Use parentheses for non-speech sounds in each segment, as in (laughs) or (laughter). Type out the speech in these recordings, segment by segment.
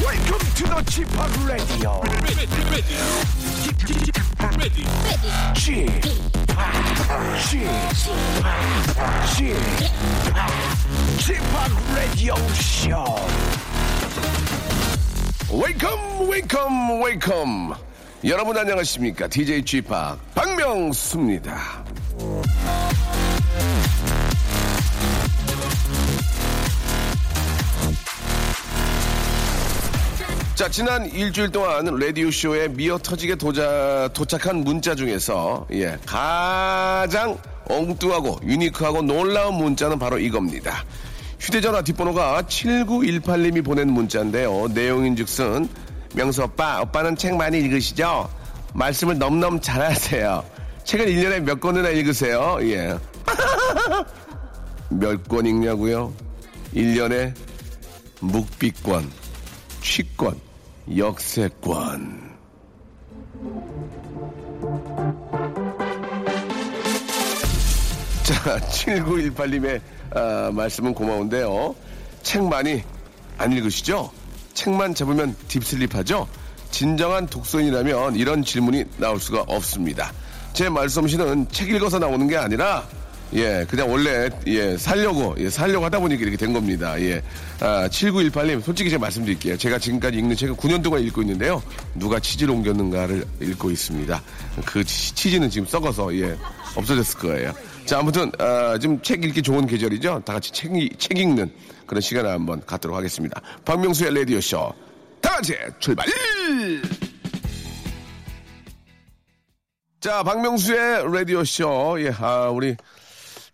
Welcome to the Chip Radio. Chip, Chip, Chip Radio Show. 웨이컴 웨이컴 웨이컴 여러분 안녕하십니까 DJ g 팍 박명수입니다 자 지난 일주일 동안 라디오쇼에 미어 터지게 도자, 도착한 문자 중에서 예, 가장 엉뚱하고 유니크하고 놀라운 문자는 바로 이겁니다 휴대전화 뒷번호가 7918님이 보낸 문자인데요. 내용인 즉슨, 명수 오빠, 오빠는 책 많이 읽으시죠? 말씀을 넘넘 잘하세요. 책을 1년에 몇 권이나 읽으세요? 예. (laughs) 몇 권 읽냐고요? 1년에 묵비권, 취권, 역세권. 자, 7918님의 아, 말씀은 고마운데요. 책 많이 안 읽으시죠? 책만 잡으면 딥슬립하죠? 진정한 독서인이라면 이런 질문이 나올 수가 없습니다. 제 말씀실은 책 읽어서 나오는 게 아니라 예, 그냥 원래 예, 살려고 예, 살려고 하다 보니까 이렇게 된 겁니다. 예. 아, 7918님 솔직히 제가 말씀드릴게요. 제가 지금까지 읽는 책을 9년 동안 읽고 있는데요. 누가 치즈를 옮겼는가를 읽고 있습니다. 그 치- 치즈는 지금 썩어서 예, 없어졌을 거예요. 자, 아무튼 아, 지금 책 읽기 좋은 계절이죠. 다 같이 책, 읽- 책 읽는 그런 시간을 한번 갖도록 하겠습니다. 박명수의 라디오 쇼. 다 같이 출발! 자, 박명수의 라디오쇼. 예, 아, 우리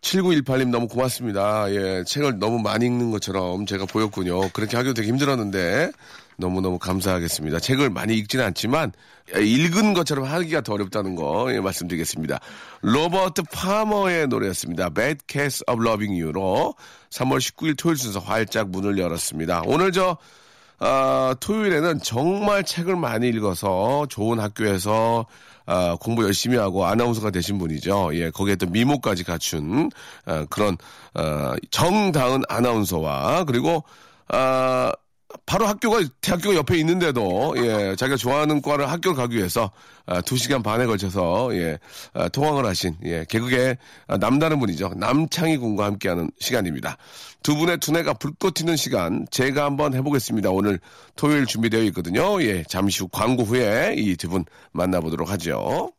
7918님 너무 고맙습니다. 예, 책을 너무 많이 읽는 것처럼 제가 보였군요. 그렇게 하기도 되게 힘들었는데 너무너무 감사하겠습니다. 책을 많이 읽지는 않지만 예, 읽은 것처럼 하기가 더 어렵다는 거 예, 말씀드리겠습니다. 로버트 파머의 노래였습니다. Bad Case of Loving You로 3월 19일 토요일 순서 활짝 문을 열었습니다. 오늘 저 아, 토요일에는 정말 책을 많이 읽어서 좋은 학교에서 아, 공부 열심히 하고 아나운서가 되신 분이죠. 예, 거기에 또 미모까지 갖춘 아, 그런 아, 정다은 아나운서와 그리고 아, 바로 학교가 대학교가 옆에 있는데도 예, 자기가 좋아하는 과를 학교를 가기 위해서 아, 2시간 반에 걸쳐서 예, 아, 통학을 하신 예, 개그계 아, 남다른 분이죠. 남창희 군과 함께하는 시간입니다. 두 분의 두뇌가 불꽃 튀는 시간 제가 한번 해보겠습니다. 오늘 토요일 준비되어 있거든요. 예, 잠시 후 광고 후에 이 두 분 만나보도록 하죠.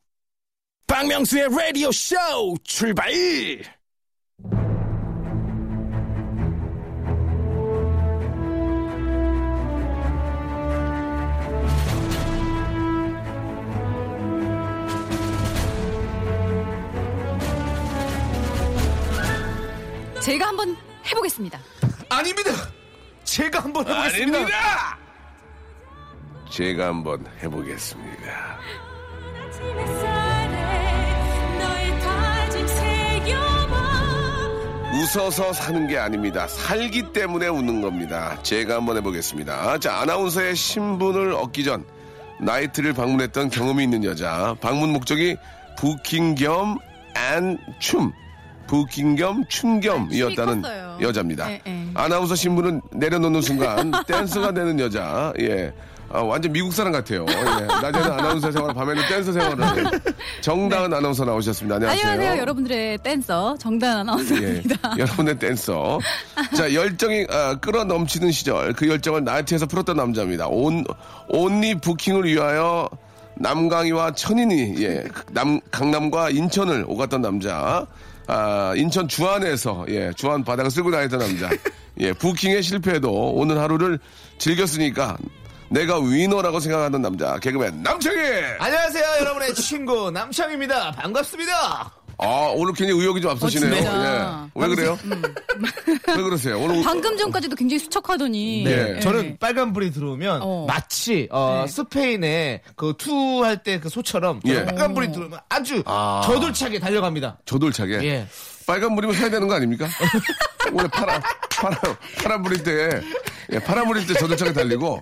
박명수의 Radio Show 출발. 제가 한번 해보겠습니다. 아닙니다. 제가 한번 해보겠습니다. 제가 한번 해보겠습니다. 웃어서 사는 게 아닙니다. 살기 때문에 웃는 겁니다. 제가 한번 해보겠습니다. 자, 아나운서의 신분을 얻기 전 나이트를 방문했던 경험이 있는 여자. 방문 목적이 부킹 겸 안 춤. 부킹 겸 춤 겸이었다는 네, 춤이 컸어요. 여자입니다. 네, 네. 아나운서 신분은 내려놓는 (laughs) 순간 댄스가 되는 여자. 예. 아, 완전 미국 사람 같아요. 예. 낮에는 아나운서 생활, 밤에는 댄서 생활을. (laughs) 하는 정다은 아나운서 나오셨습니다. 네. 안녕하세요, 여러분들의 댄서 정다은 아나운서입니다. 예, 여러분의 댄서. 자, 열정이 아, 끌어 넘치는 시절 그 열정을 나이트에서 풀었던 남자입니다. 온 온리 부킹을 위하여 남강이와 천인이 예, 남 강남과 인천을 오갔던 남자. 아, 인천 주안에서 예, 주안 바닥을 쓸고 다녔던 남자. 예, 부킹에 실패해도 오늘 하루를 즐겼으니까 내가 위너라고 생각하는 남자 개그맨 남창희. 안녕하세요, 여러분의 친구 남창입니다. 반갑습니다. 아, 오늘 굉장히 의욕이 좀 앞서시네요. 어, 진짜. 음. 예. 왜 그래요? 왜 그러세요? 오늘 방금 전까지도 굉장히 수척하더니. 네. 예. 저는 빨간 불이 들어오면 어. 마치 어, 네. 스페인의 그 투 할 때 그 소처럼 저는 예. 빨간 불이 들어오면 아주 아. 저돌차게 달려갑니다. 저돌차게. 예. 빨간 물이면 해야 되는 거 아닙니까? (laughs) 원래 파란, 파란, 파란 물일 때, 예, 파란 물일 때 저돌차게 달리고,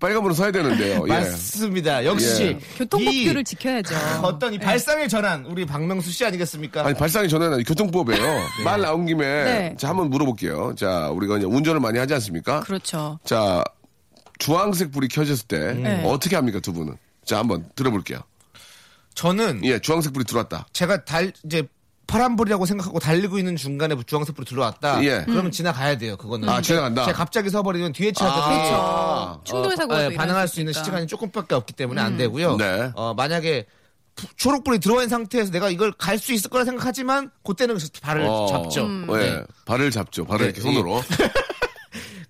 빨간 물은 서야 되는데요. 예. 맞습니다. 역시 예. 그 교통법규를 예. 이 지켜야죠. 어떤 이 발상의 전환 우리 박명수 씨 아니겠습니까? 아니, 발상이 전에는 교통법이에요. 말 나온 김에, 네. 자, 한번 물어볼게요. 자, 우리가 이제 운전을 많이 하지 않습니까? 그렇죠. 자, 주황색 불이 켜졌을 때, 음. 네. 어떻게 합니까, 두 분은? 자, 한번 들어볼게요. 저는 예, 주황색 불이 들어왔다. 제가 달 이제 파란불이라고 생각하고 달리고 있는 중간에 주황색불이 들어왔다. 예. 그러면 지나가야 돼요. 그거는. 아, 지나간다. 제가 갑자기 서버리면 뒤에 차가 아. 충돌 사고가 또 일어날 반응할 수 수 있는 있으니까. 음. 시간이 조금밖에 없기 때문에 안 되고요. 네. 어, 만약에 부- 초록불이 들어와 있는 상태에서 내가 이걸 갈 수 있을 거라 생각하지만 그때는 발을 어, 잡죠. 음. 예, 네. 발을 잡죠. 발을 네, 이렇게 손으로.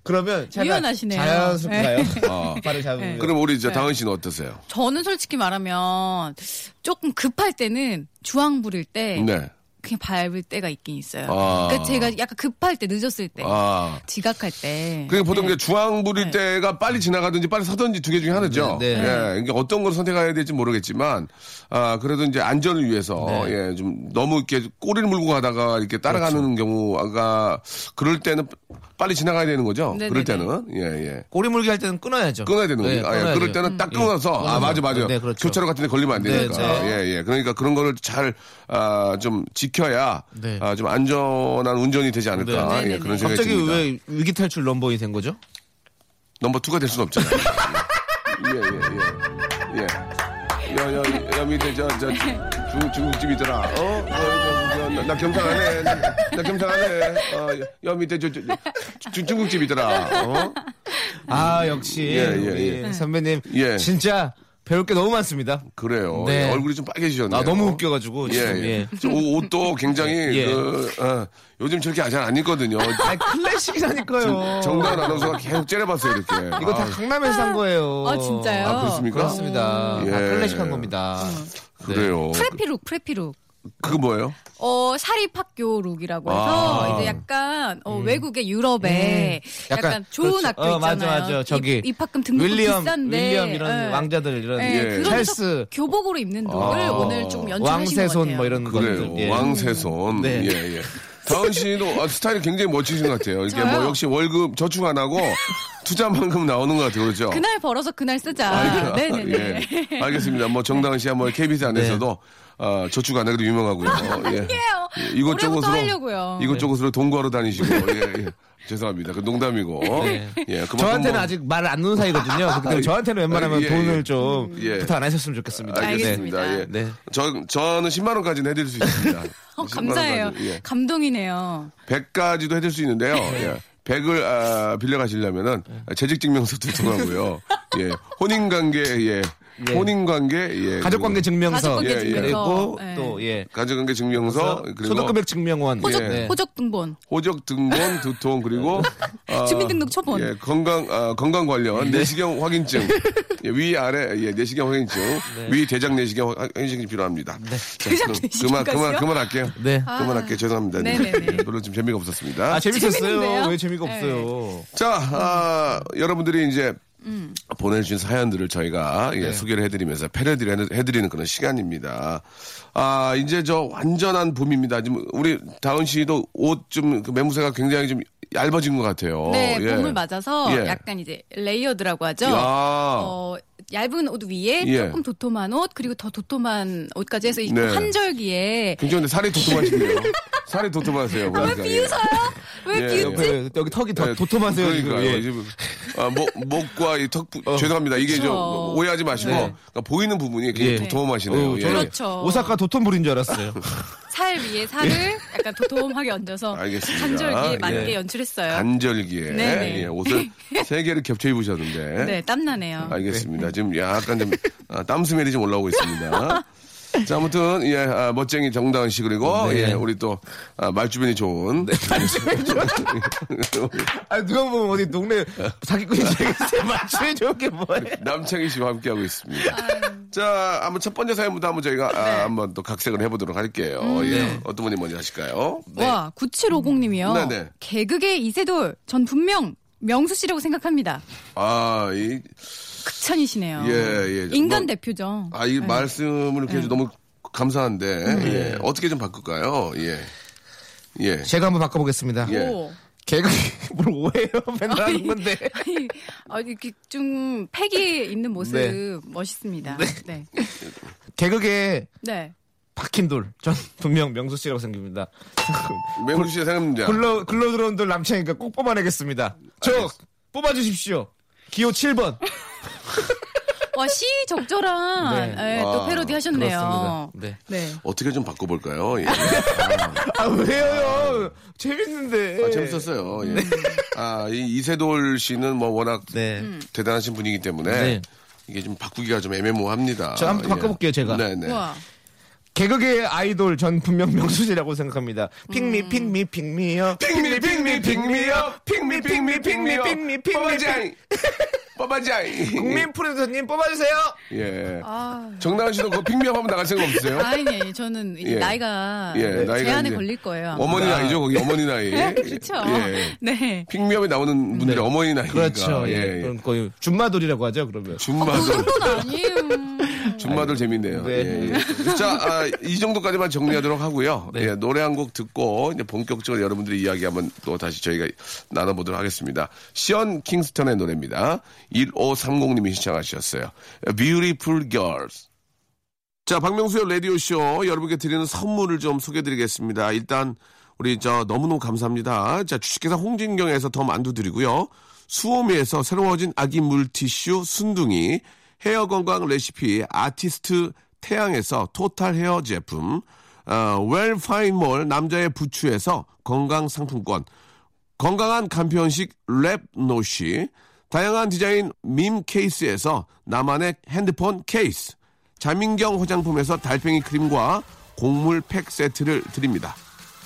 그러면 제가 유연하시네요. 네. 자연스럽게 가요. 어. 발을 잡으면. 그럼 우리 이제 당은 씨는 어떠세요? 저는 솔직히 말하면 조금 급할 때는 주황 불일 때 네. 그냥 밟을 때가 있긴 있어요. 아. 그러니까 제가 약간 급할 때 늦었을 때 아. 지각할 때 그게 보통 이제 네. 주황불일 때가 빨리 지나가든지 빨리 서든지 두 개 중에 하나죠. 네, 네. 예, 이게 어떤 걸 선택해야 될지 모르겠지만, 아, 그래도 이제 안전을 위해서, 네. 예, 좀 너무 이렇게 꼬리를 물고 가다가 이렇게 그렇죠. 따라가는 경우가, 그럴 때는 빨리 지나가야 되는 거죠. 네, 그럴 네, 네. 때는, 예, 예. 꼬리물기 할 때는 끊어야죠. 끊어야 되는 네, 거죠. 아, 예. 끊어야죠. 그럴 때는 딱 끊어서 예, 아 맞아 끊어야죠. 맞아. 네, 그렇죠. 교차로 같은 데 걸리면 안 네, 되니까. 네. 예, 예. 그러니까 그런 거를 잘 아 좀 지켜야 네. 아, 좀 안전한 운전이 되지 않을까. 네, 네, 예, 네, 그런 네. 생각이 갑자기 듭니다. 왜 위기 탈출 넘버이 된 거죠? 넘버 2가 될 수는 없잖아요. 예, 예, 예. 예. 여, 여, 여 밑에 저, 저, 중국, 중국집 있더라. 어? 어, 저, 저, 나, 나 경상 안 해. 나, 나 경상 안 해. 어, 여, 여 밑에 저, 저, 저 중- 중국집 있더라. 어? 아 역시 예, 예, 우리 예. 선배님 예. 진짜 배울 게 너무 많습니다. 그래요. 네. 예, 얼굴이 좀 빨개지셨네요. 아 너무 웃겨가지고 예, 예. 지금 예. 저 옷- 옷도 굉장히 예. 그, 어, 요즘 저렇게 잘 안 (laughs) 입거든요. 아 클래식이라니까요. 정다은 아나운서가 계속 째려봤어요, 이렇게. (laughs) 이거 다 아, 강남에서 산 거예요. 아, 진짜요? 음. 아, 그렇습니까? 그렇습니다. 예. 다 클래식한 겁니다. 네. 그래요. 프레피룩 프레피룩 그거 뭐예요? 어 사립학교룩이라고 해서 아. 이제 약간 어, 외국의 유럽에 음. 네. 약간 약간, 좋은 그렇죠. 학교 어, 있잖아요. 맞아, 맞아. 저기 입, 학금 등록금 윌리엄, 비싼데 윌리엄 이런 예. 왕자들 이런 예, 예. 그런 찰스. 데서 교복으로 입는 룩을 아. 오늘 조금 연출하신 것 왕세손 같아요. 뭐 이런 그래요. 것들. 예. 왕세손. 네. 예, 예. 다은 씨도 아, 스타일이 굉장히 멋지신 것 같아요. 이게 뭐 저요? 역시 월급 저축 안 하고 투자만큼 나오는 것 같아요. 그렇죠? 그날 벌어서 그날 쓰자. 아, (laughs) 네네네. 예. 알겠습니다. 뭐 정당은 씨야 뭐 KBS 안에서도 네. 아, 저축 안 하기로 유명하고요. 어, 예. 해요. 예, 올해부터 아, 하려고요. 네. 이곳저곳으로 동거하러 다니시고 예, 예. 죄송합니다. 그 농담이고. 네. 예, 그만큼 저한테는 뭐- 아직 말을 안 놓는 사이거든요. (laughs) 그렇기 때문에 저한테는 웬만하면 아, 예, 돈을 예. 좀 예. 부탁 안 하셨으면 좋겠습니다. 알겠습니다. 알겠습니다. 예. 네. 저 저는 10만 원까지는 해드릴 수 있습니다. (laughs) 어, 10만 감사해요. 원까지, 예. 감동이네요. 100까지도 해줄 수 있는데요. 네. 예. 100을 아, 빌려 가시려면은 재직 증명서 (laughs) 두통하고요. 예. 혼인 관계 예. 예. 혼인 관계 예. 가족 관계 증명서 가족관계 예, 예. 그리고 증명서. 예. 또 예. 가족 관계 증명서 그리고 소득금액 증명원 호적 예. 호적 등본, (laughs) 호적 등본 두통 그리고 아, 네. 주민등록 초본. 네. 예, 건강 아, 건강 관련 내시경 확인증 예, 위 아래 예, 내시경 확인증 위 대장 내시경 확- 확인증이 필요합니다. 자, 네. 대장 그럼 그만 내시경까지요? 아. 그만 그만할게요. 네. 그만할게요. 죄송합니다. 네네네. 예, 별로 좀 재미가 없었습니다. 아 재밌었어요. 재밌는데요? 왜 재미가 없어요? 자, 아, 여러분들이 이제 보내주신 사연들을 저희가 네. 예, 소개를 해드리면서 패러디를 해- 해드리는 그런 시간입니다. 아, 이제 저 완전한 봄입니다. 지금 우리 다은 씨도 옷 좀그 매무새가 굉장히 좀 얇아진 것 같아요. 어, 네, 예. 봄을 맞아서 예. 약간 이제 레이어드라고 하죠. 야. 어, 얇은 옷 위에 예. 조금 도톰한 옷 그리고 더 도톰한 옷까지 해서 이 네. 그 한절기에 굉장히 근데 살이 도톰하시네요. 살이 도톰하세요. 아, 왜 보니까. 예. 비웃어요? 왜그 예, 비웃지? 옆에 네, 여기 턱이 더 예, 도톰하세요 지금. 그러니까요. 예. 어. 지금, 아, 목, 목과 이 턱, 부- 죄송합니다. 이게 좀 그렇죠. 오해하지 마시고, 네. 그러니까 보이는 부분이 예. 굉장히 도톰하시네요. 어, 예. 저는 그렇죠. 오사카 도톤불인 (laughs) 줄 알았어요. 살 위에 살을 약간 도톰하게 얹어서 예. 알겠습니다. 한절기에 맞게 예. 연출했어요. 간절기에 네네. 예, (laughs) 옷을 세 개를 겹쳐 입으셨는데 네, 땀나네요. 아, (laughs) 알겠습니다. 지금 약간 좀 아, 땀 스멜이 좀 올라오고 있습니다. 자, 아무튼, 예, 아, 멋쟁이 정다은 씨, 그리고, 네. 예, 우리 또, 아, 말주변이 네, 좋은. 아 누가 보면 어디 동네 사기꾼이 되겠어요. 맞추면 좋은 게 뭐예요? (laughs) 남창희 씨와 함께하고 있습니다. 자, 한번 첫 번째 사연부터 한번 저희가, 네. 아, 한번 또 각색을 해보도록 할게요. 음, 예, 네. 어떤 분이 먼저 하실까요? 와, 9750님이요. 네. 음. 네네. 개그계 이세돌. 전 분명 명수 씨라고 생각합니다. 아, 이, 극찬이시네요. 예, 예. 인간 뭐, 대표죠. 아, 이 말씀을 네. 이렇게 해주 너무 감사한데, 예. 어떻게 좀 바꿀까요? 예. 예. 제가 한번 바꿔보겠습니다. 예. 오. 개그 뭘 오해요? 맨날 하는 아니, 건데. 아니, 아, 이렇게 좀 패기 있는 모습 네. 멋있습니다. 네. 네. 개그계 박힌 돌. 전 분명 명수 씨라고 생깁니다. 명수 씨의 생각입니다. 글러 글러 들어온 돌 남창이니까 꼭 뽑아내겠습니다. 저 뽑아주십시오. 기호 7번. 와, 시 적절한 네. 예, 또 아, 패러디 하셨네요. 그렇습니다. 네. 어떻게 좀 바꿔볼까요? 예. 아 왜요? 재밌는데. 아, 재밌었어요. 예. 네. 아, 이 이세돌 씨는 뭐 워낙 네. 대단하신 분이기 때문에 네. 이게 좀 바꾸기가 좀 애매모호합니다. 예. 저 한번 바꿔볼게요, 제가. 네네. 와. 개그계의 아이돌 전 분명 명수지라고 생각합니다. 핑미 핑미 핑미요. 핑미 핑미 핑미요. 핑미 핑미 핑미 핑미 핑미. 뽀바자이. 뽀바자이. 국민 프로듀서님 뽑아주세요. 예. 아. 정다은 씨도 그 핑미업 한번 나갈 생각 없으세요? 아니, 아니, 저는 예. 이제 나이가 예, 나이가 네, 제한에 이제 걸릴 거예요. 아마. 네. 어머니 나이죠, 거기 어머니 나이. 그렇죠. 예. 네. 핑미업에 나오는 분들이 어머니 나이니까. 네. 그렇죠. 예. 예. 그럼 거의 줌마돌이라고 하죠. 그러면. 준마들, 어, 그건 아니에요. 준마들 재밌네요. 네. 예, 예. 자, 아, 이 정도까지만 정리하도록 하고요. 네. 예, 노래 한 곡 듣고 이제 본격적으로 여러분들의 이야기 한번 또 다시 저희가 나눠보도록 하겠습니다. 시언 킹스턴의 노래입니다. 1530님이 시청하셨어요. Beautiful Girls. 자, 박명수의 라디오쇼 여러분께 드리는 선물을 좀 소개드리겠습니다. 일단, 우리 저 너무너무 감사합니다. 자, 주식회사 홍진경에서 더 만두 드리고요. 수오미에서 새로워진 아기 물티슈 순둥이, 헤어 건강 레시피 아티스트 태양에서 토탈 헤어 제품, 어, 웰파인몰 남자의 부추에서 건강 상품권, 건강한 간편식 랩노시, 다양한 디자인 밈 케이스에서 나만의 핸드폰 케이스, 자민경 화장품에서 달팽이 크림과 곡물 팩 세트를 드립니다.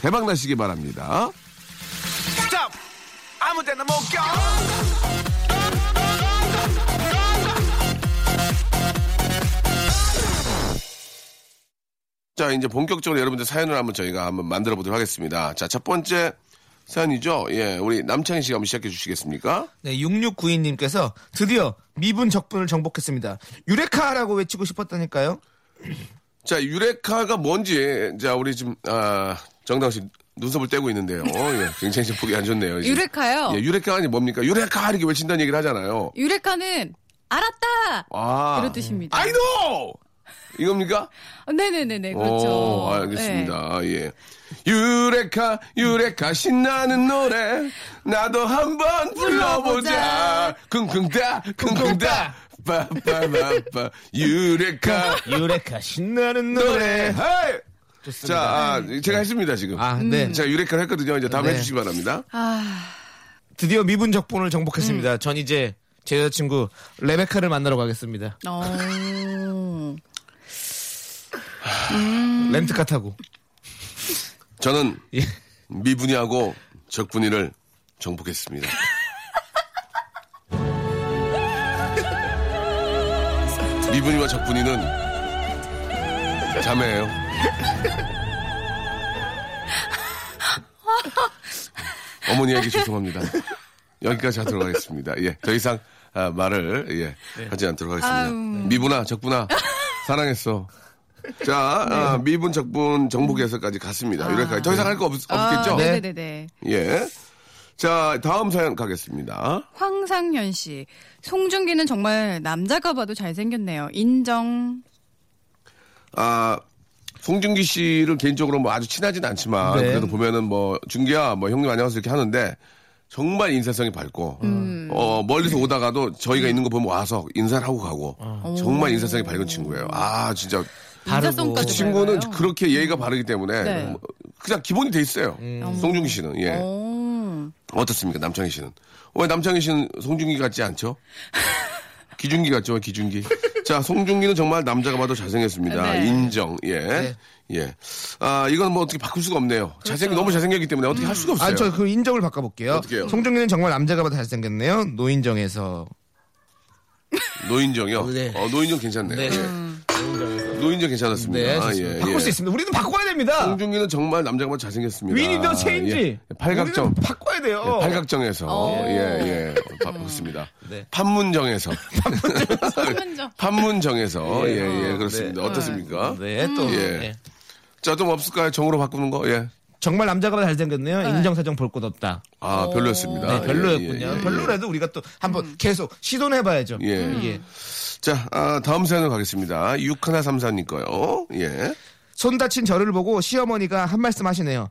대박 나시기 바랍니다. 스탑! 아무 데나 못 가! 자, 이제 본격적으로 여러분들 사연을 한번 저희가 한번 만들어 보도록 하겠습니다. 자, 첫 번째 사연이죠. 예, 우리 남창희 씨가 한번 시작해 주시겠습니까? 네, 6692님께서 드디어 미분 적분을 정복했습니다. 유레카라고 외치고 싶었다니까요. 자, 유레카가 뭔지, 자, 우리 지금, 아, 정당 씨 눈썹을 떼고 (laughs) 있는데요. 예, 굉장히 좀 보기 안 좋네요. 지금. 유레카요. 예, 유레카가 아니 뭡니까? 유레카! 이렇게 외친다는 얘기를 하잖아요. 유레카는 알았다 아. 이런 뜻입니다. I know! 이겁니까? 아, 네네네네 그렇죠. 오, 알겠습니다. 예. 유레카, 유레카, 신나는 노래. 나도 한번 불러보자. 쿵쿵따, 쿵쿵따. 빠빠빠빠. 유레카, 아, 유레카 신나는 노래. 노래. 헤이! 자, 아, 제가 했습니다, 지금. 아, 네. 제가 유레카를 했거든요. 이제 다음 네. 해주시기 바랍니다. 드디어 미분 적분을 정복했습니다. 전 이제 제 여자친구 레베카를 만나러 가겠습니다. 네. 어. 음. 렌트카 타고. 저는 예. 미분이하고 적분이를 정복했습니다. 미분이와 적분이는 자매예요. 어머니에게 죄송합니다. 여기까지 하도록 하겠습니다. 예, 더 이상 아, 말을 예, 하지 않도록 하겠습니다. 미분아, 적분아, 사랑했어. 자, 아, 미분 적분 정복에서까지 갔습니다. 이렇게까지 더 이상 할 거 없겠죠? 아, 네네네. 예. 자, 다음 사연 가겠습니다. 황상현 씨, 송중기는 정말 남자가 봐도 잘생겼네요. 인정. 아, 송중기 씨를 개인적으로 뭐 아주 친하진 않지만 네. 그래도 보면은 뭐 중기야, 뭐 형님 안녕하세요 이렇게 하는데 정말 인사성이 밝고 음. 어, 멀리서 오다가도 저희가 있는 거 보면 와서 인사를 하고 가고 어. 정말 인사성이 밝은 친구예요. 아, 진짜 그 인사성까지 친구는 밝아요. 그렇게 예의가 바르기 때문에 네. 음. 어. 뭐 그냥 기본이 돼 있어요. 송중기 씨는 예. 오. 어떻습니까, 남창희 씨는? 왜 남창희 씨는 송중기 같지 않죠? 기준기 같죠, 기준기. 자, 송중기는 정말 남자가 봐도 잘생겼습니다. 네. 인정. 예. 예. 아, 이건 뭐 어떻게 바꿀 수가 없네요. 잘생기 너무 잘생겼기 때문에 어떻게 할 수가 없어요. 아, 저 그 인정을 바꿔볼게요. 어떡해요? 송중기는 정말 남자가 봐도 잘생겼네요. 노인정에서. 노인정이요. 네. 어, 노인정 괜찮네요. 네. 예. 노인정 괜찮았습니다. 네, 아, 좋습니다. 바꿀 수 있습니다. 우리는 바꿔야 됩니다. 아, 송중기는 정말 남자가 봐도 잘생겼습니다. 위니더 체인지. 예. 팔각정. 우리는 바꿔야 돼요. 예, 팔각정에서 어. 예예 바꿨습니다. 음. 네. (laughs) 판문정에서 판문점. 판문정에서 예. 어, 예예 그렇습니다. 아, 어떻습니까? 네, 또. 음. 예. 예. 자 좀 없을까요? 정으로 바꾸는 거 예. 정말 남자가 봐도 잘생겼네요. 인정사정 볼 곳 없다. 아 별로였습니다. 네, 예, 별로였군요. 예, 예, 예. 별로라도 음. 우리가 또 한번 계속 시도는 해봐야죠. 예. 자 아, 다음 사연으로 가겠습니다. 6134님 거요. 예. 손 다친 저를 보고 시어머니가 한 말씀 하시네요.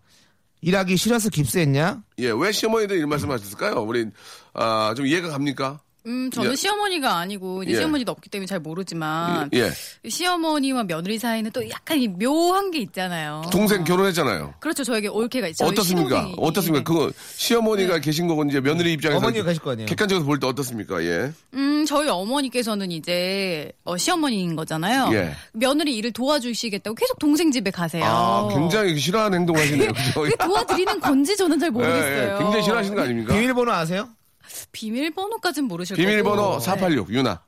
일하기 싫어서 깁스했냐? 예, 왜 시어머니들 이런 말씀 하셨을까요? 우리, 아, 좀 이해가 갑니까? 음, 저는 예. 시어머니가 아니고 이제 예. 시어머니도 없기 때문에 잘 모르지만 예. 시어머니와 며느리 사이는 또 약간 이 묘한 게 있잖아요. 동생 결혼했잖아요. 그렇죠. 저에게 올케가 있죠. 어떻습니까? 신혼이- 어떻습니까? 그거 시어머니가 네. 계신 거고 이제 며느리 입장에서 어머니가 계실 거 아니에요? 객관적으로 볼 때 어떻습니까? 예. 음, 저희 어머니께서는 이제 어, 시어머니인 거잖아요. 예. 며느리 일을 도와주시겠다고 계속 동생 집에 가세요. 아, 굉장히 싫어하는 행동을 (laughs) 하시네요. 그죠? 그게 도와드리는 건지 저는 잘 모르겠어요. 예, 예. 굉장히 싫어하시는 거 아닙니까? 비밀번호 아세요? 비밀번호까지는 모르실 거고. 네. 비밀번호 486 (laughs) 유나.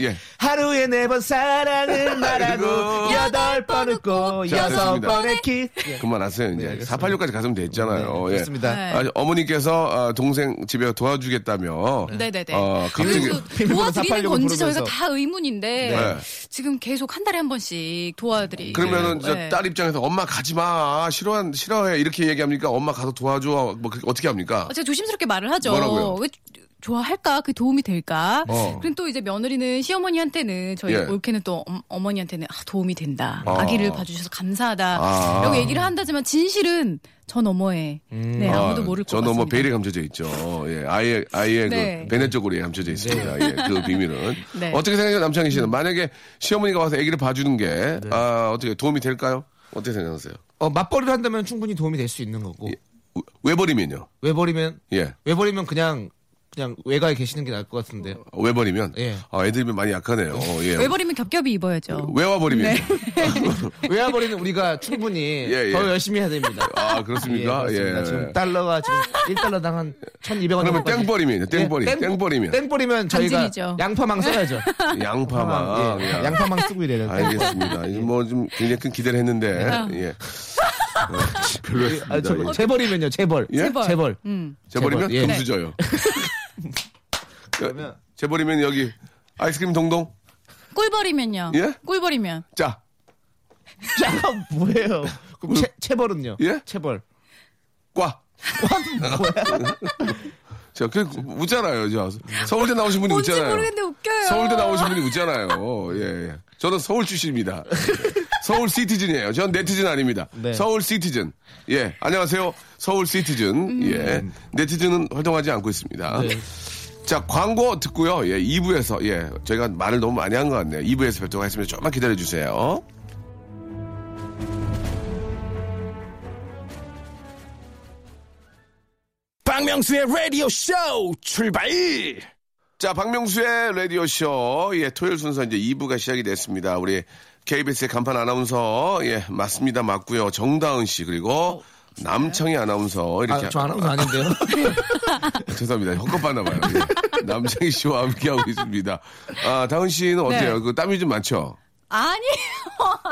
예. 하루에 네 (laughs) 번 사랑을 말하고 그리고 여덟 번 웃고 자, 여섯 됐습니다. 번의 키. 예. 그만하세요. 이제 486까지 가면 됐잖아요. 예. 그렇습니다. 네. 아, 어머니께서 아, 동생 집에 도와주겠다며. 네네네. 어, 갑자기 (laughs) 그리고 도와드리는 비밀번호 건지 486 저희가 부르면서. 다 의문인데 네. 지금 계속 한 달에 한 번씩 도와드리. 그러면은 네. 저딸 입장에서 엄마 가지 마 싫어 싫어해 이렇게 얘기합니까? 엄마 가서 도와줘 뭐 그렇게 어떻게 합니까? 어, 제가 조심스럽게 말을 하죠. 뭐라고요? 왜 좋아할까? 그 도움이 될까? 어. 그럼 또 이제 며느리는 시어머니한테는 저희 예. 올케는 또 엄- 어머니한테는 아, 도움이 된다. 아. 아. 기를 봐주셔서 감사하다. 아. 라고 얘기를 한다지만 진실은 저 너머에 네, 아무도 모를 것 음. 저 너머 같습니다. 뭐 베일에 감춰져 있죠. 예, 아예 아예 네. 그 베네 쪽으로 예, 감춰져 있습니다. (laughs) 예, 그 비밀은 네. 어떻게 생각해요, 남창희 씨는 만약에 시어머니가 와서 아기를 봐주는 게 아, 어떻게 도움이 될까요? 어떻게 생각하세요? 어, 맞벌이를 한다면 충분히 도움이 될 수 있는 예. 거고 우- 외버리면요. 외버리면 예, 외버리면 그냥 그냥 외가에 계시는 게 나을 것 어. 같은데요. 외버리면 예. 아, 애드립이 많이 약하네요. 어, 예. 왜 버리면 겹겹이 입어야죠. 외워버리면 네. 외화버리는 우리가 충분히 (laughs) 예. 더 열심히 해야 됩니다. 아 그렇습니까? 예. 그렇습니다. 지금 달러가 지금 1달러당 한 1,200원. 그러면 땡버리면요. 땡버리, 땡버리면. 예, 땡버리면 저희가 당진이죠. 네. 양파망 써야죠. 양파만. 예. 예. 양파망 쓰고 이래야 돼요. 알겠습니다. 뭐 좀 굉장히 큰 기대를 했는데 예. 어, 별로였습니다. 아, 저, 재벌이면요, 재벌. 예? 재벌. 재벌. 음. 재버리면 재벌, 예. 금수 줘요. 네. (laughs) 그러면 재버리면 여기 아이스크림 동동. 꿀 버리면요. 예? 꿀 버리면 자, 잠깐 뭐예요? 그럼 채, 채벌은요? 예? 채벌. 과. 자, 그 웃잖아요. 저. 서울대 나오신 분이 뭔지 웃잖아요. 모르겠는데 웃겨요. 서울대 나오신 분이 웃잖아요. 예, 예. 저는 서울 (laughs) 출신입니다. 서울 시티즌이에요. 전 네티즌 아닙니다. 네. 서울 시티즌. 예. 안녕하세요. 서울 시티즌. 음. 예. 네티즌은 활동하지 않고 있습니다. 네. 자, 광고 듣고요. 예. 2부에서, 예. 저희가 말을 너무 많이 한 것 같네요. 2부에서 뵙도록 하겠습니다. 조금만 기다려주세요. 박명수의 라디오 쇼 출발. 자, 박명수의 라디오쇼. 예, 토요일 순서 이제 2부가 시작이 됐습니다. 우리 KBS의 간판 아나운서. 예, 맞습니다. 맞고요 정다은 씨, 그리고 남창희 아나운서. (laughs) 이렇게. 아, 저 아나운서 (laughs) 아닌데요. 죄송합니다. 헛것봤나봐요. 예. (laughs) 남창희 씨와 함께하고 있습니다. 아, 다은 씨는 어때요? 그 땀이 좀 많죠? 네. 아니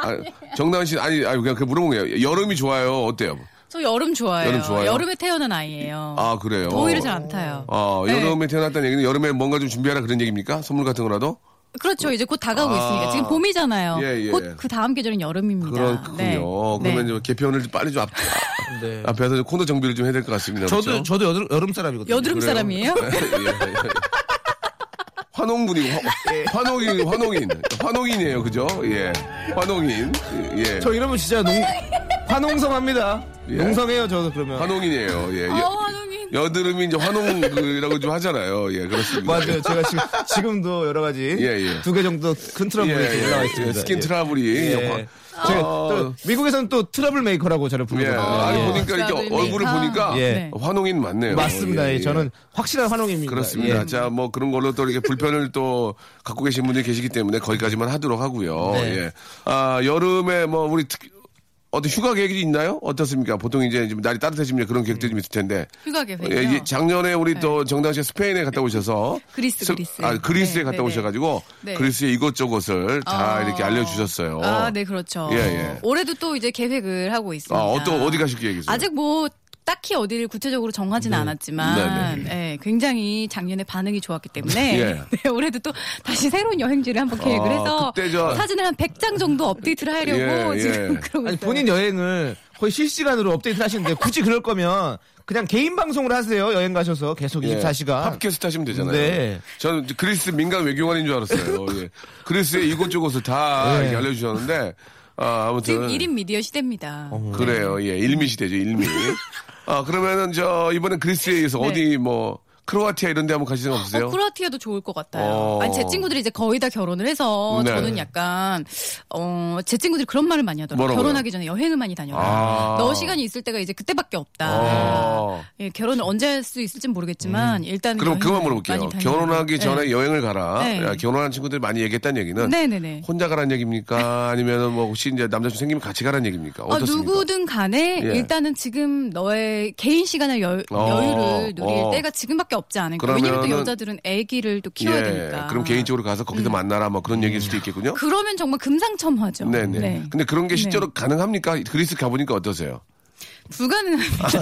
아, 정다은 씨는, 아니, 아니, 그냥 그 물어본 거예요. 여름이 좋아요? 어때요? 저 여름 좋아해요. 여름 좋아요? 에 태어난 아이예요. 아, 그래요? 더위를 잘 네. 안 타요. 아, 여름에 태어났다는 얘기는 여름에 뭔가 좀 준비하라 그런 얘기입니까? 선물 같은 거라도? 그렇죠. 이제 곧 다가오고 있으니까 지금 봄이잖아요. 아. 예, 예. 곧 그 다음 계절은 여름입니다. 그렇군요. 네. 그러면 네. 이제 개편을 좀 빨리 좀 앞, 네. 앞에서 좀 아, 코너 정비를 좀 해야 될 것 같습니다. 저도, 그렇죠? 저도 여름, 여름 사람이거든요. 여드름 그래요? 사람이에요? (laughs) 예, 예, 예. 환홍군이고 화, 환홍인 환홍인 환홍인이에요 그죠? 예 환홍인 예 저 이러면 진짜 농, 환홍성합니다. 예. 농성해요, 저도 그러면. 환홍인이에요 예, 아, 여- 환웅이 여드름이 이제 화농이라고 좀 하잖아요. 예, 그렇습니다. 맞아요. 제가 지금, 지금도 여러 가지 예, 예. 두 개 정도 큰 예, 트러블이 예, 올라와 예, 있습니다. 스킨 예. 트러블이. 예. 예. 제가 어. 또 미국에서는 또 트러블 메이커라고 저를 예. 부르거든요. 아니, 예. 보니까 이렇게 트러블 얼굴을 메이커. 보니까 예. 네. 환웅인 맞네요. 맞습니다. 예, 예, 예. 저는 확실한 환웅입니다. 그렇습니다. 예. 자, 뭐 그런 걸로 또 이렇게 불편을 또 갖고 계신 분들이 계시기 때문에 거기까지만 하도록 하고요. 네. 예. 아, 여름에 뭐 우리 특, 어떤 휴가 계획이 있나요? 어떻습니까? 보통 이제 좀 날이 따뜻해지면 그런 계획들이 좀 있을 텐데. 휴가 계획이요? 네. 예, 이게 작년에 우리 또 정당 씨 스페인에 갔다 오셔서 (laughs) 그리스, 스- 그리스. 아, 그리스에 네, 갔다 네, 네. 오셔가지고 네. 그리스의 이것저것을 다 어. 이렇게 알려주셨어요. 아, 네, 그렇죠. 예, 예. 올해도 또 이제 계획을 하고 있습니다. 아, 어떤 어디 가실 계획이세요? 네. 아직 뭐 딱히 어디를 구체적으로 정하진 않았지만 예, 굉장히 작년에 반응이 좋았기 때문에 (laughs) 예. (laughs) 네, 올해도 또 다시 새로운 여행지를 한번 계획을 아, 해서 그때 저- 사진을 한 100장 정도 업데이트를 하려고 예, 예. 지금 (laughs) 그러고 아니 있어요. 본인 여행을 거의 실시간으로 업데이트 하시는데 굳이 그럴 거면 그냥 개인 방송을 하세요. 여행 가셔서 계속 예. 24시간. 팟캐스트 하시면 되잖아요. 네. 저는 이제 그리스 민간 외교관인 줄 (laughs) 알았어요. 예. 그리스의 이곳저곳을 다 예. 이렇게 알려주셨는데, 아, 지금 그 아무튼. 1인 미디어 시대입니다. 그래요. 예, 일미 시대죠, 일미. 아, 그러면은 저, 이번엔 그리스에 의해서 어디 뭐, 크로아티아 이런 데 한번 가시는 거 없으세요? 네. 어, 크로아티아도 좋을 것 같아요. 어. 아니, 제 친구들이 이제 거의 다 결혼을 해서 네. 저는 약간, 어, 제 친구들이 그런 말을 많이 하더라고요. 뭐라고요? 결혼하기 전에 여행을 많이 다녀라. 아. 너 시간이 있을 때가 이제 그때밖에 없다. 아. 예, 결혼을 언제 할 수 있을지 모르겠지만, 일단. 음. 그럼 그만 물어볼게요. 결혼하기 전에 여행을 가라. 네. 야, 결혼한 친구들이 많이 얘기했다는 얘기는 네네네. 혼자 가라는 얘기입니까? 아니면 뭐 혹시 이제 남자친구 생기면 같이 가라는 얘기입니까? 어, 어떻습니까? 누구든 간에 예. 일단은 지금 너의 개인 시간을 여, 어, 여유를 누릴 어. 때가 지금밖에 없지 않을까. 왜냐면 또 그러면은- 여자들은 아기를 또 키워야 되니까. 예. 음. 그럼 개인적으로 가서 거기서 만나라 뭐 그런 음. 얘기일 수도 있겠군요. 그러면 정말 금상첨화죠. 네네. 네. 근데 그런 게 실제로 가능합니까? 그리스 가보니까 어떠세요? 불가능합니다.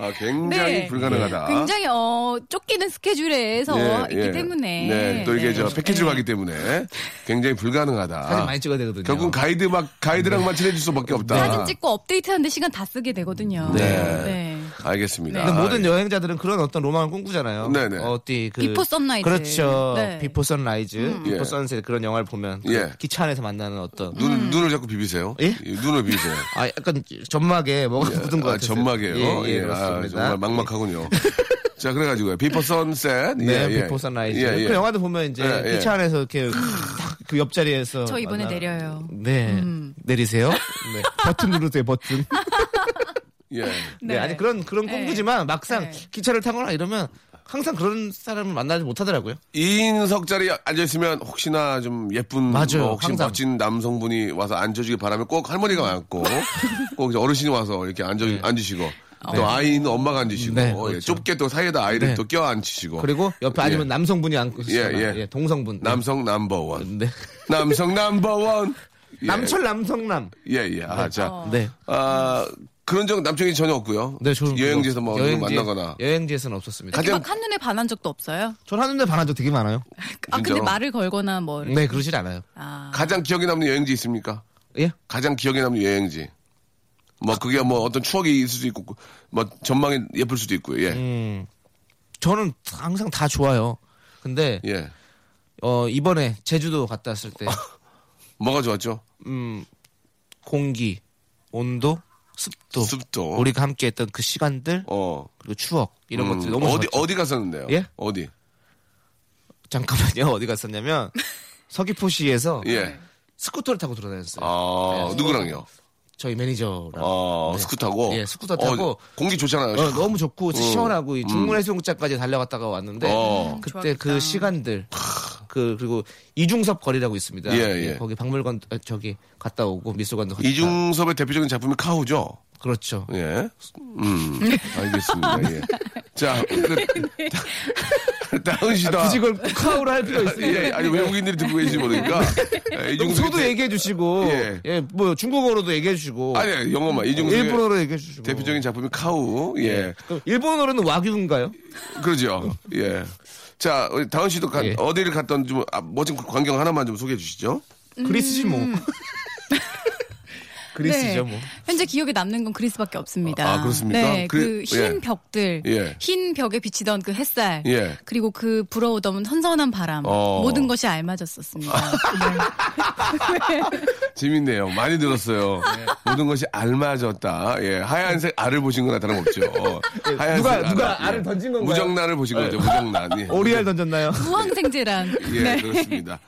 아, 굉장히 네. 불가능하다. 예, 굉장히 어 쫓기는 스케줄에서 있기 때문에 네, 또 이게 저 패키지로 가기 때문에 굉장히 불가능하다. 사진 많이 찍어야 되거든요. 네. 결국은 가이드 막, 가이드랑만 친해질 수 밖에 없다. 네. 사진 찍고 업데이트하는데 시간 다 쓰게 되거든요. 아. 네. 네. 알겠습니다. 근데 모든 여행자들은 그런 어떤 로망을 꿈꾸잖아요. 아, 예. 네네. 어디 그 비포 선라이즈. 그렇죠. 네. 비포 선라이즈, 예. 비포 선셋 그런 영화를 보면 그 예. 기차 안에서 만나는 어떤 눈, 음. 눈을 자꾸 비비세요? 예? 눈을 (laughs) 비비세요. 아 약간 전막에 뭐가 묻은 것 아, 같아요. 점막이에요. 예, 예, 아, 그렇습니다. 예. 정말 막막하군요. 자, 그래가지고요. 비포 선셋. 네, 비포 선라이즈. 예, 예. 그 영화도 보면 이제 예, 예. 기차 안에서 이렇게 딱그 옆자리에서 저 이번에 만나- 내려요. 음. 네. 내리세요. 네. 버튼 (laughs) 누르세요, 버튼. 예. 네. 아니 그런 그런 꿈꾸지만 막상 네. 기차를 타거나 이러면 항상 그런 사람을 만나지 못하더라고요. 2인석 자리에 앉아있으면 혹시나 좀 예쁜, 맞아요, 뭐 혹시 항상. 멋진 남성분이 와서 앉아주길 바라면 꼭 할머니가 (laughs) 앉고, 꼭 이제 어르신이 와서 이렇게 앉아, 앉으시고, 또 아이는 엄마가 앉으시고, 네, 예, 그렇죠. 좁게 또 사이에다 아이를 네. 또 껴앉히시고. 그리고 옆에 아니면 예. 남성분이 앉고 계시잖아요. 예, 예. 예, 동성분. 남성 넘버원. 네. 남성 넘버원. 예. 남철 남성남. 예, 예. 아, 자. 어. 네. 아, 그런 적 남청이 전혀 없고요. 네, 저는 예. 여행지에서 뭐 여행지- 만나거나. 여행지에서는 없었습니다. 가장- 막 한눈에 반한 적도 없어요. 저는 하는데 반한 적 되게 많아요. 아 근데 진짜로? 말을 걸거나 뭐 이렇게. 네, 그러질 않아요. 아. 가장 기억에 남는 여행지 있습니까? 예? 가장 기억에 남는 여행지. 뭐 그게 뭐 어떤 추억이 있을 수도 있고 뭐 전망이 예쁠 수도 있고요. 예. 음. 저는 항상 다 좋아요. 근데 예. 어, 이번에 제주도 갔다 왔을 (laughs) 때 뭐가 좋았죠? 공기, 온도, 습도, 습도. 우리가 함께 했던 그 시간들 어. 그리고 추억 이런 음, 것들 너무 어디 좋았죠. 어디 갔었는데요? 예? 어디? 잠깐만요. (laughs) (laughs) 어디 갔었냐면 서귀포시에서 예. 스쿠터를 타고 돌아다녔어요. 아, 네, 누구랑요? 저희 매니저랑. 아, 네. 스쿠터 타고. 예, 스쿠터 타고. 어, 공기 좋잖아요. 어, 너무 좋고 시원하고 이 음. 중문 해수욕장까지 달려갔다가 왔는데 어. 그때 좋았겠다. 그 시간들 그 그리고 이중섭 거리라고 있습니다. 예, 예. 거기 박물관 아, 저기 갔다 오고 미술관도 갔다. 이중섭의 대표적인 작품이 카우죠. 그렇죠. 예. (laughs) 음. 알겠습니다. 예. 자, 그, 다은 씨다. 굳이 그걸 카우로 할 필요 있어요. 그러니까 (laughs) 예, 아니 외국인들이 듣고 계신지 (laughs) 모르니까 예, 이중섭이 소도 대- 얘기해 주시고 예. 예. 뭐 중국어로도 얘기해 주시고 아니, 아니 영어만 이중섭의 일본어로 얘기해 주시고 대표적인 작품이 카우. 예. 그럼 일본어로는 와규인가요? 그러죠. 예. 자, 우리 다은 씨도 가- 예. 어디를 갔던 좀 음. (laughs) 아, 멋진 광경 하나만 좀 소개해 주시죠. 그리스지 뭐. 그리스죠, 뭐. 네. 현재 기억에 남는 건 그리스밖에 없습니다. 아, 그렇습니까? 네, 그리- 그 흰 예. 벽들, 예. 흰 벽에 비치던 그 햇살, 예. 그리고 그 불어오던 선선한 바람, 어. 모든 (laughs) 것이 알맞았었습니다. 재밌네요. 많이 들었어요. 모든 것이 알맞았다. 예, 하얀색 알을 보신 거나 다름없죠. 어. 하얀색 예. 누가- 알을, 누가 예. 알을 던진 건가요? 네. 무정란을 보신 거죠. 무정란. 예. 오리알 네. 던졌나요? 무항생제란. 예, 그렇습니다.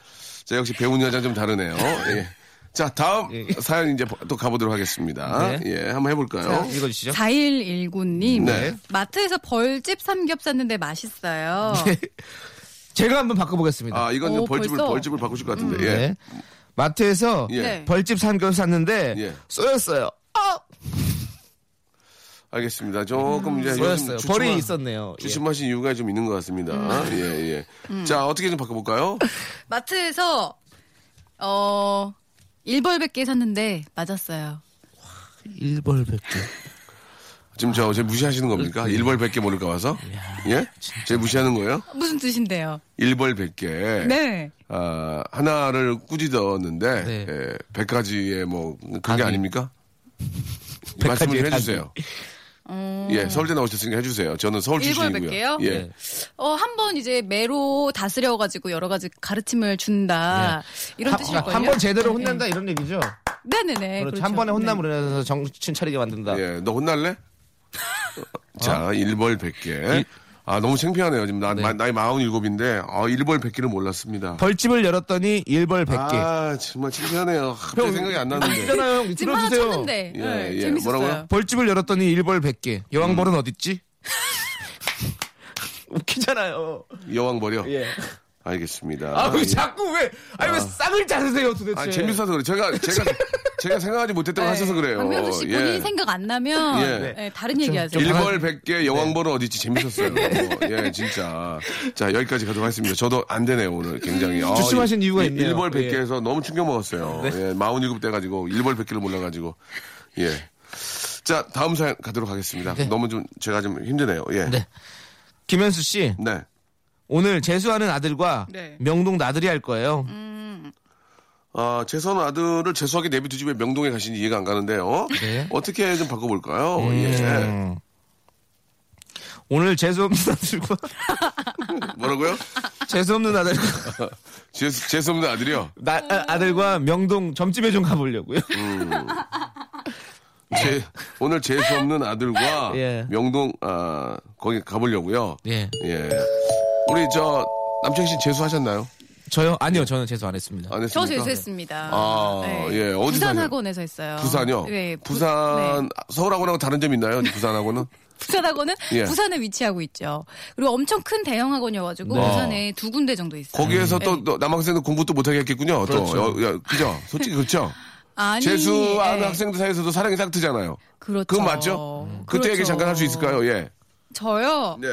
자, 역시 배운 여자 좀 다르네요. 예. 자, 다음 사연 이제 또 가보도록 하겠습니다. 예. 네. 예, 한번 해볼까요? (laughs) 읽어주시죠. 4119님. 네. 마트에서 벌집 삼겹 샀는데 맛있어요. 네. 예. 제가 한번 바꿔보겠습니다. 아, 이건 오, 벌집을, 벌써? 벌집을 바꾸실 것 같은데. 예. 네. 마트에서 예. 네. 벌집 삼겹 샀는데 예. 쏘였어요. 알겠습니다. 조금 이제 쏘였어요. 예, 요즘 음, 벌이 주춤하- 있었네요. 예. 음. 주춤하신 이유가 좀 있는 것 같습니다. 예, 예. 자, 어떻게 좀 바꿔볼까요? 마트에서, 어, 1벌백개 샀는데 맞았어요. 지금 저, 제 무시하시는 겁니까? 음. 일벌 100개 모를까 봐서? 예? 제 무시하는 거예요? 무슨 뜻인데요? 일벌 100개. 네. 아, 하나를 꾸짖었는데, 네. 예, 100가지의 뭐, 그게 가기. 아닙니까? 백가지의 음. 말씀을 좀 가기. 해주세요. 예, 서울대 나오셨으니까 해주세요. 저는 서울 일벌 출신이고요. 백 개요? 예. 네. 어, 한 번 이제 매로 다스려가지고 여러 가지 가르침을 준다. 이런 뜻일걸요? 네. 한 번 제대로 혼낸다 이런 얘기죠. 네네네. 그렇죠. 그렇죠. 한 번에 네. 혼남으로 인해서 정신 차리게 만든다. 아. 예, 너 (laughs) 혼날래? 자, 일벌 100개. 아, 너무 창피하네요. 지금 나, 마- 나이 47인데, 아, 일벌 100개를 몰랐습니다. 벌집을 열었더니 일벌 100개. 아, 정말 창피하네요. 갑자기 생각이 안 나는데. 있잖아요. 형, 지금 하나 들어주세요. 쳤는데. 예, 네, 예. 재밌었어요. 뭐라고요? 벌집을 열었더니 일벌 100개. 음. 여왕벌은 어딨지? 웃기잖아요. 여왕벌이요? 예. 알겠습니다. 아, 왜 예. 자꾸 왜, 아니, 왜 쌍을 자르세요, 도대체. 아, 재밌어서 그래. 제가, 제가, 제가 생각하지 못했던 걸 하셔서 그래요. 네. 박명수 씨 본인이 생각 안 나면 예. 예, 다른 얘기하세요. 일벌 100개 네. 여왕벌은 어디 있지 (laughs) 재밌었어요. 예, 진짜. 자, 여기까지 가도록 하겠습니다. 저도 안 되네요, 오늘 굉장히. 아, 음, 주춤하신 이- 이유가 이- 있네요. 일벌 예. 네. 100개에서 너무 충격 먹었어요. 예, 47 돼가지고, 일벌 100개를 몰라가지고. 예. 자, 다음 사연 가도록 하겠습니다. 너무 좀, 제가 좀 힘드네요. 예. 네. 김현수 씨, 네. 오늘 재수하는 아들과 네. 명동 나들이 할 거예요. 아, 재선 아들을 재수하게 내비두지 왜 명동에 가시는지 이해가 안 가는데요. 어? 네. 어떻게 좀 바꿔볼까요? 예. 음. 오늘 재수없는 아들과, (laughs) 뭐라고요? (laughs) 재수없는 아들과, 재, 재수없는 아들이요. 나, 아, 아들과 명동 점집에 좀 가보려고요. 제, 오늘 재수 없는 아들과 (laughs) 예. 명동 아 거기 가보려고요. 예. 예. 우리 저 남창희 씨 재수하셨나요? 저요? 아니요, 저는 재수 안 했습니다. 안 저 했습니까? 재수했습니다. 네. 아, 예, 어디 부산 사세요? 학원에서 했어요. 부산요. 네, 부, 부산 네. 서울하고는 다른 점 (laughs) 있나요? 부산하고는 부산 학원은 예. 부산에 위치하고 있죠. 그리고 엄청 큰 대형 학원이어가지고 부산에 두 군데 정도 있어요. 네. 거기에서 네. 또, 또 남학생도 공부도 못하게 했겠군요. 그렇죠. 또 여- 여- 그죠? 솔직히 그렇죠. 아니, 재수하는 예. 학생들 사이에서도 사랑이 싹트잖아요. 그렇죠. 그건 맞죠? 그때 얘기 그렇죠. 잠깐 할 수 있을까요? 예. 저요. 네.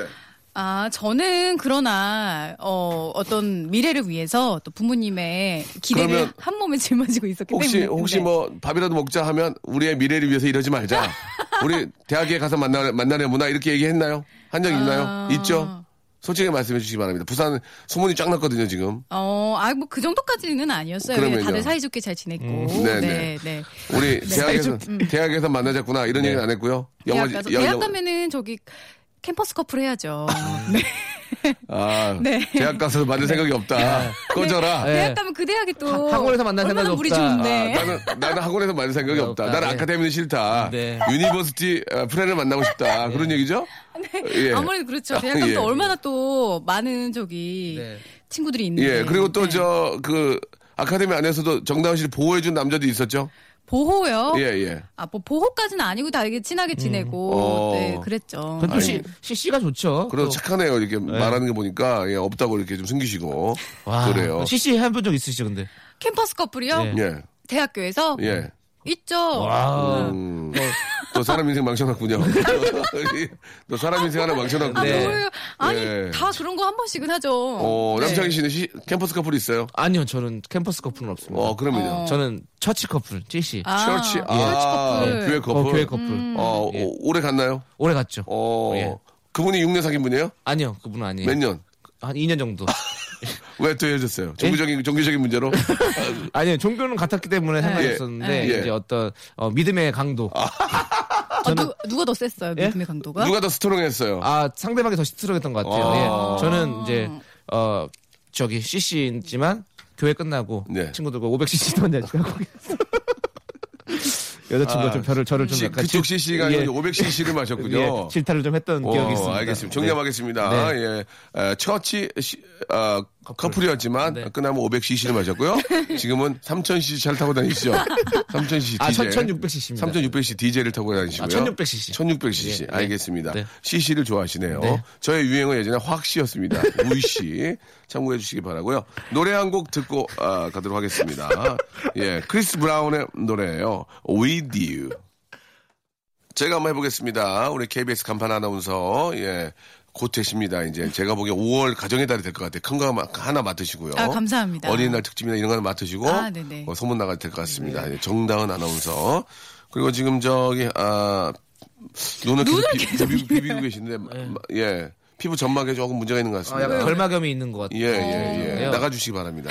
아, 저는 그러나 어, 어떤 미래를 위해서 또 부모님의 기대를 그러면 한 몸에 짊어지고 있었기 혹시 때문에 혹시 네. 뭐 밥이라도 먹자 하면 우리의 미래를 위해서 이러지 (laughs) 말자. 우리 대학에 가서 만나 만나려무나 이렇게 얘기했나요? 한 적 있나요? 아. 있죠. 솔직히 말씀해 주시기 바랍니다. 부산 소문이 쫙 났거든요 지금. 어, 아, 뭐 그 정도까지는 아니었어요. 그러면요. 그냥 다들 사이좋게 잘 지냈고. 네, 네, 네. 네. 음. 우리 대학에서 대학에서 만나자꾸나 이런 네. 얘기는 안 했고요. 대학 영어- 가서 영- 대학 영- 가면은 저기 캠퍼스 커플 해야죠. 네. 아, 네. 대학 가서 만날 생각이 없다. 아, 꺼져라. 대학 가면 그 대학이 또 하- 학원에서 만날 얼마나 생각이 물이 없다. 좋은데. 아, 나는 나는 학원에서 만날 생각이 없다. 없다. 나는 네. 아카데미는 싫다. 네. 유니버시티 어, 프렌을 만나고 싶다. 그런 얘기죠? 예. 네. 아무래도 그렇죠. 대학 아, 가면 예. 또 얼마나 또 많은 저기 네. 친구들이 있는데. 예, 그리고 네. 또 저 그 아카데미 안에서도 정다은 씨를 보호해준 남자도 있었죠. 보호요. 예, 예. 아, 뭐 보호까지는 아니고 되게 친하게 지내고 어. 네, 그랬죠. 근데 씨, 씨, 씨가 좋죠. 그래도 또. 착하네요. 이렇게 말하는 게 보니까 예, 없다고 이렇게 좀 숨기시고 와, 그래요. CC 해본 적 있으시죠, 근데? 캠퍼스 커플이요? 예. 예, 대학교에서 예. 있죠. 와. 음, 네. 또 사람 인생 망쳐놨군요. (laughs) 또 사람 인생 하나 망쳐놨군요. 아, 네. 뭐예요? 아니, 예. 다 그런 거 한 번씩은 하죠. 어, 네. 남창희 씨는 시- 캠퍼스 커플 있어요? 아니요, 저는 캠퍼스 커플은 없습니다. 어, 그럼요. 저는 처치 커플, 찌씨. 아, 처치, 아, 커플. 교회 어, 커플. 교회 커플. 어, 예. 오- 오래 갔나요? 오래 갔죠. 어, 예. 그분이 6년 사귄 분이에요? 아니요, 그분은 아니에요. 몇 년? 한 2년 정도. 왜 또 헤어졌어요? 예? 종교적인 종교적인 (laughs) 문제로? 아니 종교는 같았기 때문에 상관없었는데 예. 예. 이제 어떤 어, 믿음의 강도 아, 누, 누가 더 셌어요? 믿음의 강도가? 예? 누가 더 스트롱했어요? 아 상대방이 더 시트러했던 것 같아요. 아. 예. 저는 이제 어 저기 CC지만 교회 끝나고 네. 친구들과 500cc 던져주고 (laughs) 여자친구가 좀 저를 저를 좀 시- 약간 아, 그쪽 질- CC가 (laughs) 예. 아니고 500cc를 마셨군요. 예, 질타를 좀 했던 오, 기억이 있습니다. 알겠습니다. 네. 정리하겠습니다. 예. 에, 처치 시- 아, 커플이었지만 네. 끝나면 500cc를 (laughs) 마셨고요. 지금은 3000cc 잘 타고 다니시죠? 3000cc 아, 디젤. 1600cc 입니다. 3600cc 디젤을 타고 다니시고요. 아, 1600cc. 1600cc. 예, 네. 알겠습니다. 네. cc를 좋아하시네요. 네. 저의 유행어 예전에 확씨였습니다. 우이씨. (laughs) 참고해 주시기 바라고요. 노래 한 곡 듣고 아, 가도록 (laughs) 하겠습니다. 예, 크리스 브라운의 노래예요. With You. 제가 한번 해보겠습니다. 우리 KBS 간판 아나운서, 예, 고태십니다. 이제 제가 보기엔 5월 가정의 달이 될 것 같아요. 큰 거 하나 맡으시고요. 아, 감사합니다. 어린이날 특집이나 이런 거 하나 맡으시고, 아, 네네. 어, 소문 나갈 될 것 같습니다. 예, 정다은 아나운서. 그리고 지금 저기, 아, 눈을, 눈을 계속 계속 비비, 비비고 계신데, 마- 예, 피부 점막에 조금 문제가 있는 것 아, 같습니다. 약간 결막염이 있는 것 같아요. 네. 예, 예, 예. 어. 나가주시기 바랍니다.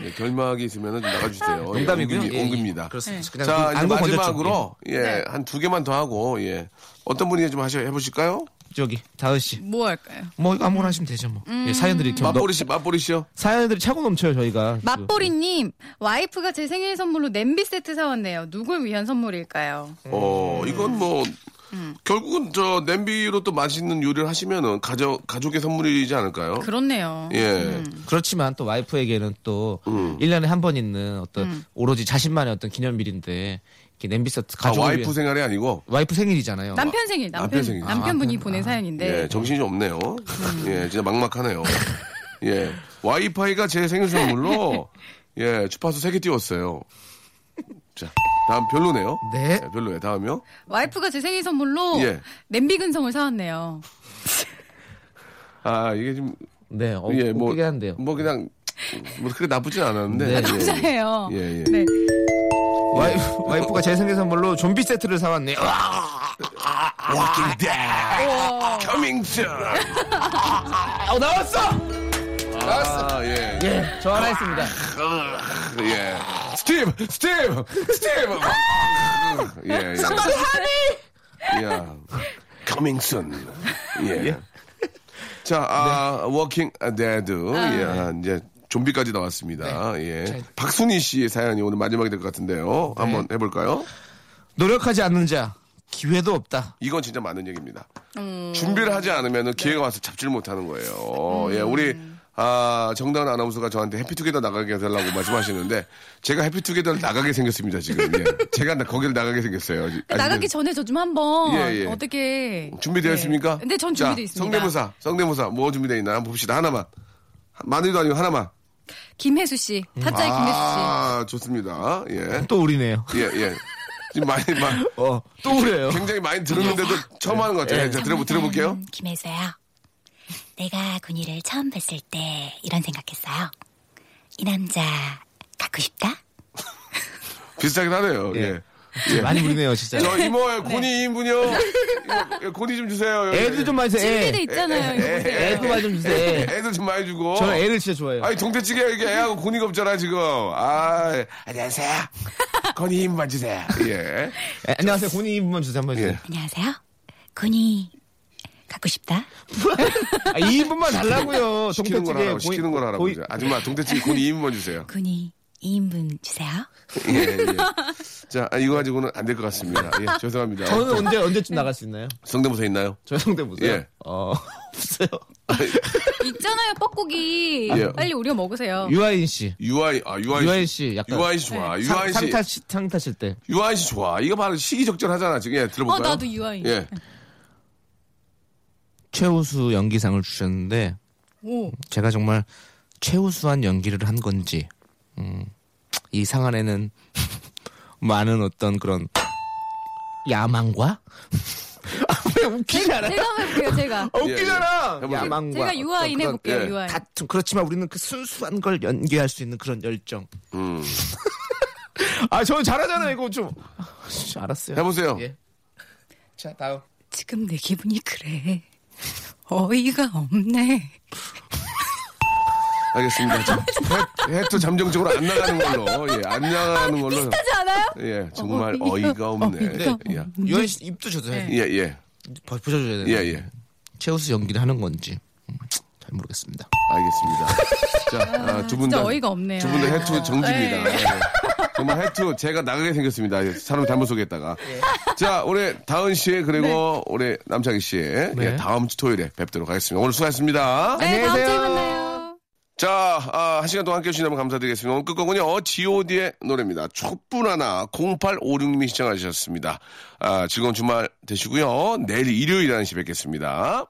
예. 예, 결막이 있으면 좀 나가주세요. 예, 농담이고요. 옹금이- 예, 예. 옹금입니다. 그렇습니다. 그냥 자, 눈- 이제 안구 건조증. 마지막으로 예, 한 두 개만 더 하고 예. 어떤 분이 좀 하셔 해 보실까요? 예. 저기 다은 씨, 뭐 할까요? 뭐 이거 아무거나 하시면 되죠 뭐. 음. 예, 사연들이 좀 너- 맞보리 씨, 맞보리 씨요. 사연들이 차고 넘쳐요 저희가. 맞보리님, 와이프가 제 생일 선물로 냄비 세트 사왔네요. 누굴 위한 선물일까요? 어, 음. 이건 뭐 결국은 저 냄비로 또 맛있는 요리를 하시면은 가족 가족의 선물이지 않을까요? 그렇네요. 예. 그렇지만 또 와이프에게는 또 음. 1년에 한 번 있는 어떤 음. 오로지 자신만의 어떤 기념일인데 이렇게 냄비 세트 아, 가족 와이프 생활이 아니고 와이프 생일이잖아요. 남편 생일, 남편, 남편 생일. 남편 남편분이 보낸 사연인데. 예, 정신이 없네요. 음. 예, 진짜 막막하네요. 예. 와이파이가 제 생일 (laughs) 선물로 예, 주파수 세 개 띄웠어요. 자, 다음 별로네요. 네. 예, 별로예요. 다음이요. 와이프가 제 생일 선물로 예. 냄비 근성을 사왔네요. 아, 이게 좀 네, 어, 예, 뭐, 뭐, 웃기게 한데요. 네. 뭐 그냥 뭐 그렇게 나쁘진 않았는데. 예. 감사해요. 예, 예. 네. 뭐 와이프, 와이프가 제 생일 선물로 좀비 세트를 사왔네요. 아, 아, Walking Dead. Coming soon. 어, 나왔어! 아, 예. 예. 예, 저 하나 있습니다. 예. 스티브, 스티브, 스티브. 예. 예. 아, 하니! 야. Coming soon. 예. 자, 아, Walking Dead. 예. 이제 좀비까지 나왔습니다. 예. 박순희 씨의 사연이 오늘 마지막이 될 것 같은데요. 한번 해볼까요? 노력하지 않는 자, 기회도 없다. 이건 진짜 맞는 얘기입니다. 음. 준비를 하지 않으면 네. 기회가 와서 잡지를 못하는 음. 거예요. 예, 우리 아, 정다은 아나운서가 저한테 해피투게더 나가게 해달라고 말씀하시는데 제가 해피투게더를 나가게 생겼습니다 지금. 예. 제가 나- 거기를 나가게 생겼어요. 아직- 그 나가기 아직은. 전에 저 좀 한번 예, 예. 어떻게 준비되었습니까? 네. 근데 전 준비돼 있습니다. 성대모사, 성대모사 뭐 준비되어 있나 한번 봅시다 하나만. 많이도 아니고 하나만. 김혜수 씨, 타짜의 김혜수 아, 좋습니다. 예, 또 우리네요. 예, 예. 지금 많이 많. 어, 또 우려요. 굉장히 많이 들었는데도 네. 처음 하는 것 같아요. 자, 들어보, 들어볼게요. 음. 김혜수야. 내가 군이를 처음 뵀을 때 이런 생각했어요. 이 남자 갖고 싶다? 비슷하긴 하네요. 예. 예. 많이 우리네요, 진짜. 저 이모의 고니 인분이요 고니 좀 주세요. 예. 애도 좀 많이 씨. 주세요. 준비돼 애. 있잖아요. 이거 보세요. 애도 많이 좀 주세요. 애. (laughs) 애도 좀 많이 주고. 저는 애를 진짜 좋아해요. 어. 아니 동태찌개 이게 애하고 고니가 없잖아 지금. 아 안녕하세요. 고니 인분만 주세요. 예. 에, 안녕하세요. 군인 이분만 주세요. 한번 주세요. 예. 안녕하세요. 군이 갖고 싶다? 아, 이분만 달라고요. 시키는 걸 동태찌개 하라고 시키는 걸 하라고. 이제. 아줌마 동태찌개 고니 인분만 주세요. 군이 2인분 주세요. 예, 예. 자 아, 이거 가지고는 안 될 것 같습니다. 예, 죄송합니다. 저는 언제 언제쯤 나갈 수 있나요? 성대모사 있나요? 저 성대 보세요. 예. 어 (laughs) 없어요. 있잖아요, 뻐꾸기. 예. 빨리 우려 먹으세요. 어. 유아인 씨, 유아이 아 유아이 유아인 씨 약간 네. 유아이 씨 좋아. 상, 유아이 씨 상타 시- 상타실 때 유아이 씨 좋아. 이거 바로 시기적절하잖아 지금. 예 들어볼까요? 어, 나도 유아인. 예. 최우수 연기상을 주셨는데 오. 제가 정말 최우수한 연기를 한 건지 음, 이 상 안에는 (laughs) 많은 어떤 그런 야망과 (laughs) 아, 왜 웃기지 않아? 제가 한번 해볼게요, 제가. 아, 웃기잖아. 예, 예. 야망과 제가 유아인 어떤 그런 해볼게요, 예. 유아인. 다툼 그렇지만 우리는 그 순수한 걸 연기할 수 있는 그런 열정. 음. 아 저는 잘하잖아요 이거 좀 아, 진짜 알았어요. 해보세요. 예. 자 다음. (laughs) 지금 내 기분이 그래. 어이가 없네. 알겠습니다. (laughs) 자, 해- 해도 잠정적으로 안 나가는 걸로. 예, 안 나가는 걸로. 비슷하지 않아요? 예, 정말 어, 어이가 없네. 네. 예, 음. 유한 씨 입도 줘도 해. 예, 예. 붙여줘야 예, 되나? 예. 최우수 연기를 하는 건지 음, 잘 모르겠습니다. 알겠습니다. 자, 아, 두 분 진짜 다. 어이가 없네요. 두 분 다 해투 정지입니다. 네. 예. 정말 해투 제가 나가게 생겼습니다. 예, 사람 잘못 소개했다가. 네. 자, 올해 다은 씨, 그리고 올해 남창희 씨. 의 네. 다음 주 토요일에 뵙도록 하겠습니다. 오늘 수고하셨습니다. 네, 다음 주에 만나요. 자, 아, 한 시간 동안 함께 해주신 여러분 감사드리겠습니다. 오늘 끝곡은요, GOD의 의 노래입니다. 촛불 하나 0856님이 시청하셨습니다. 아, 즐거운 주말 되시고요. 내일 일요일 1시 뵙겠습니다.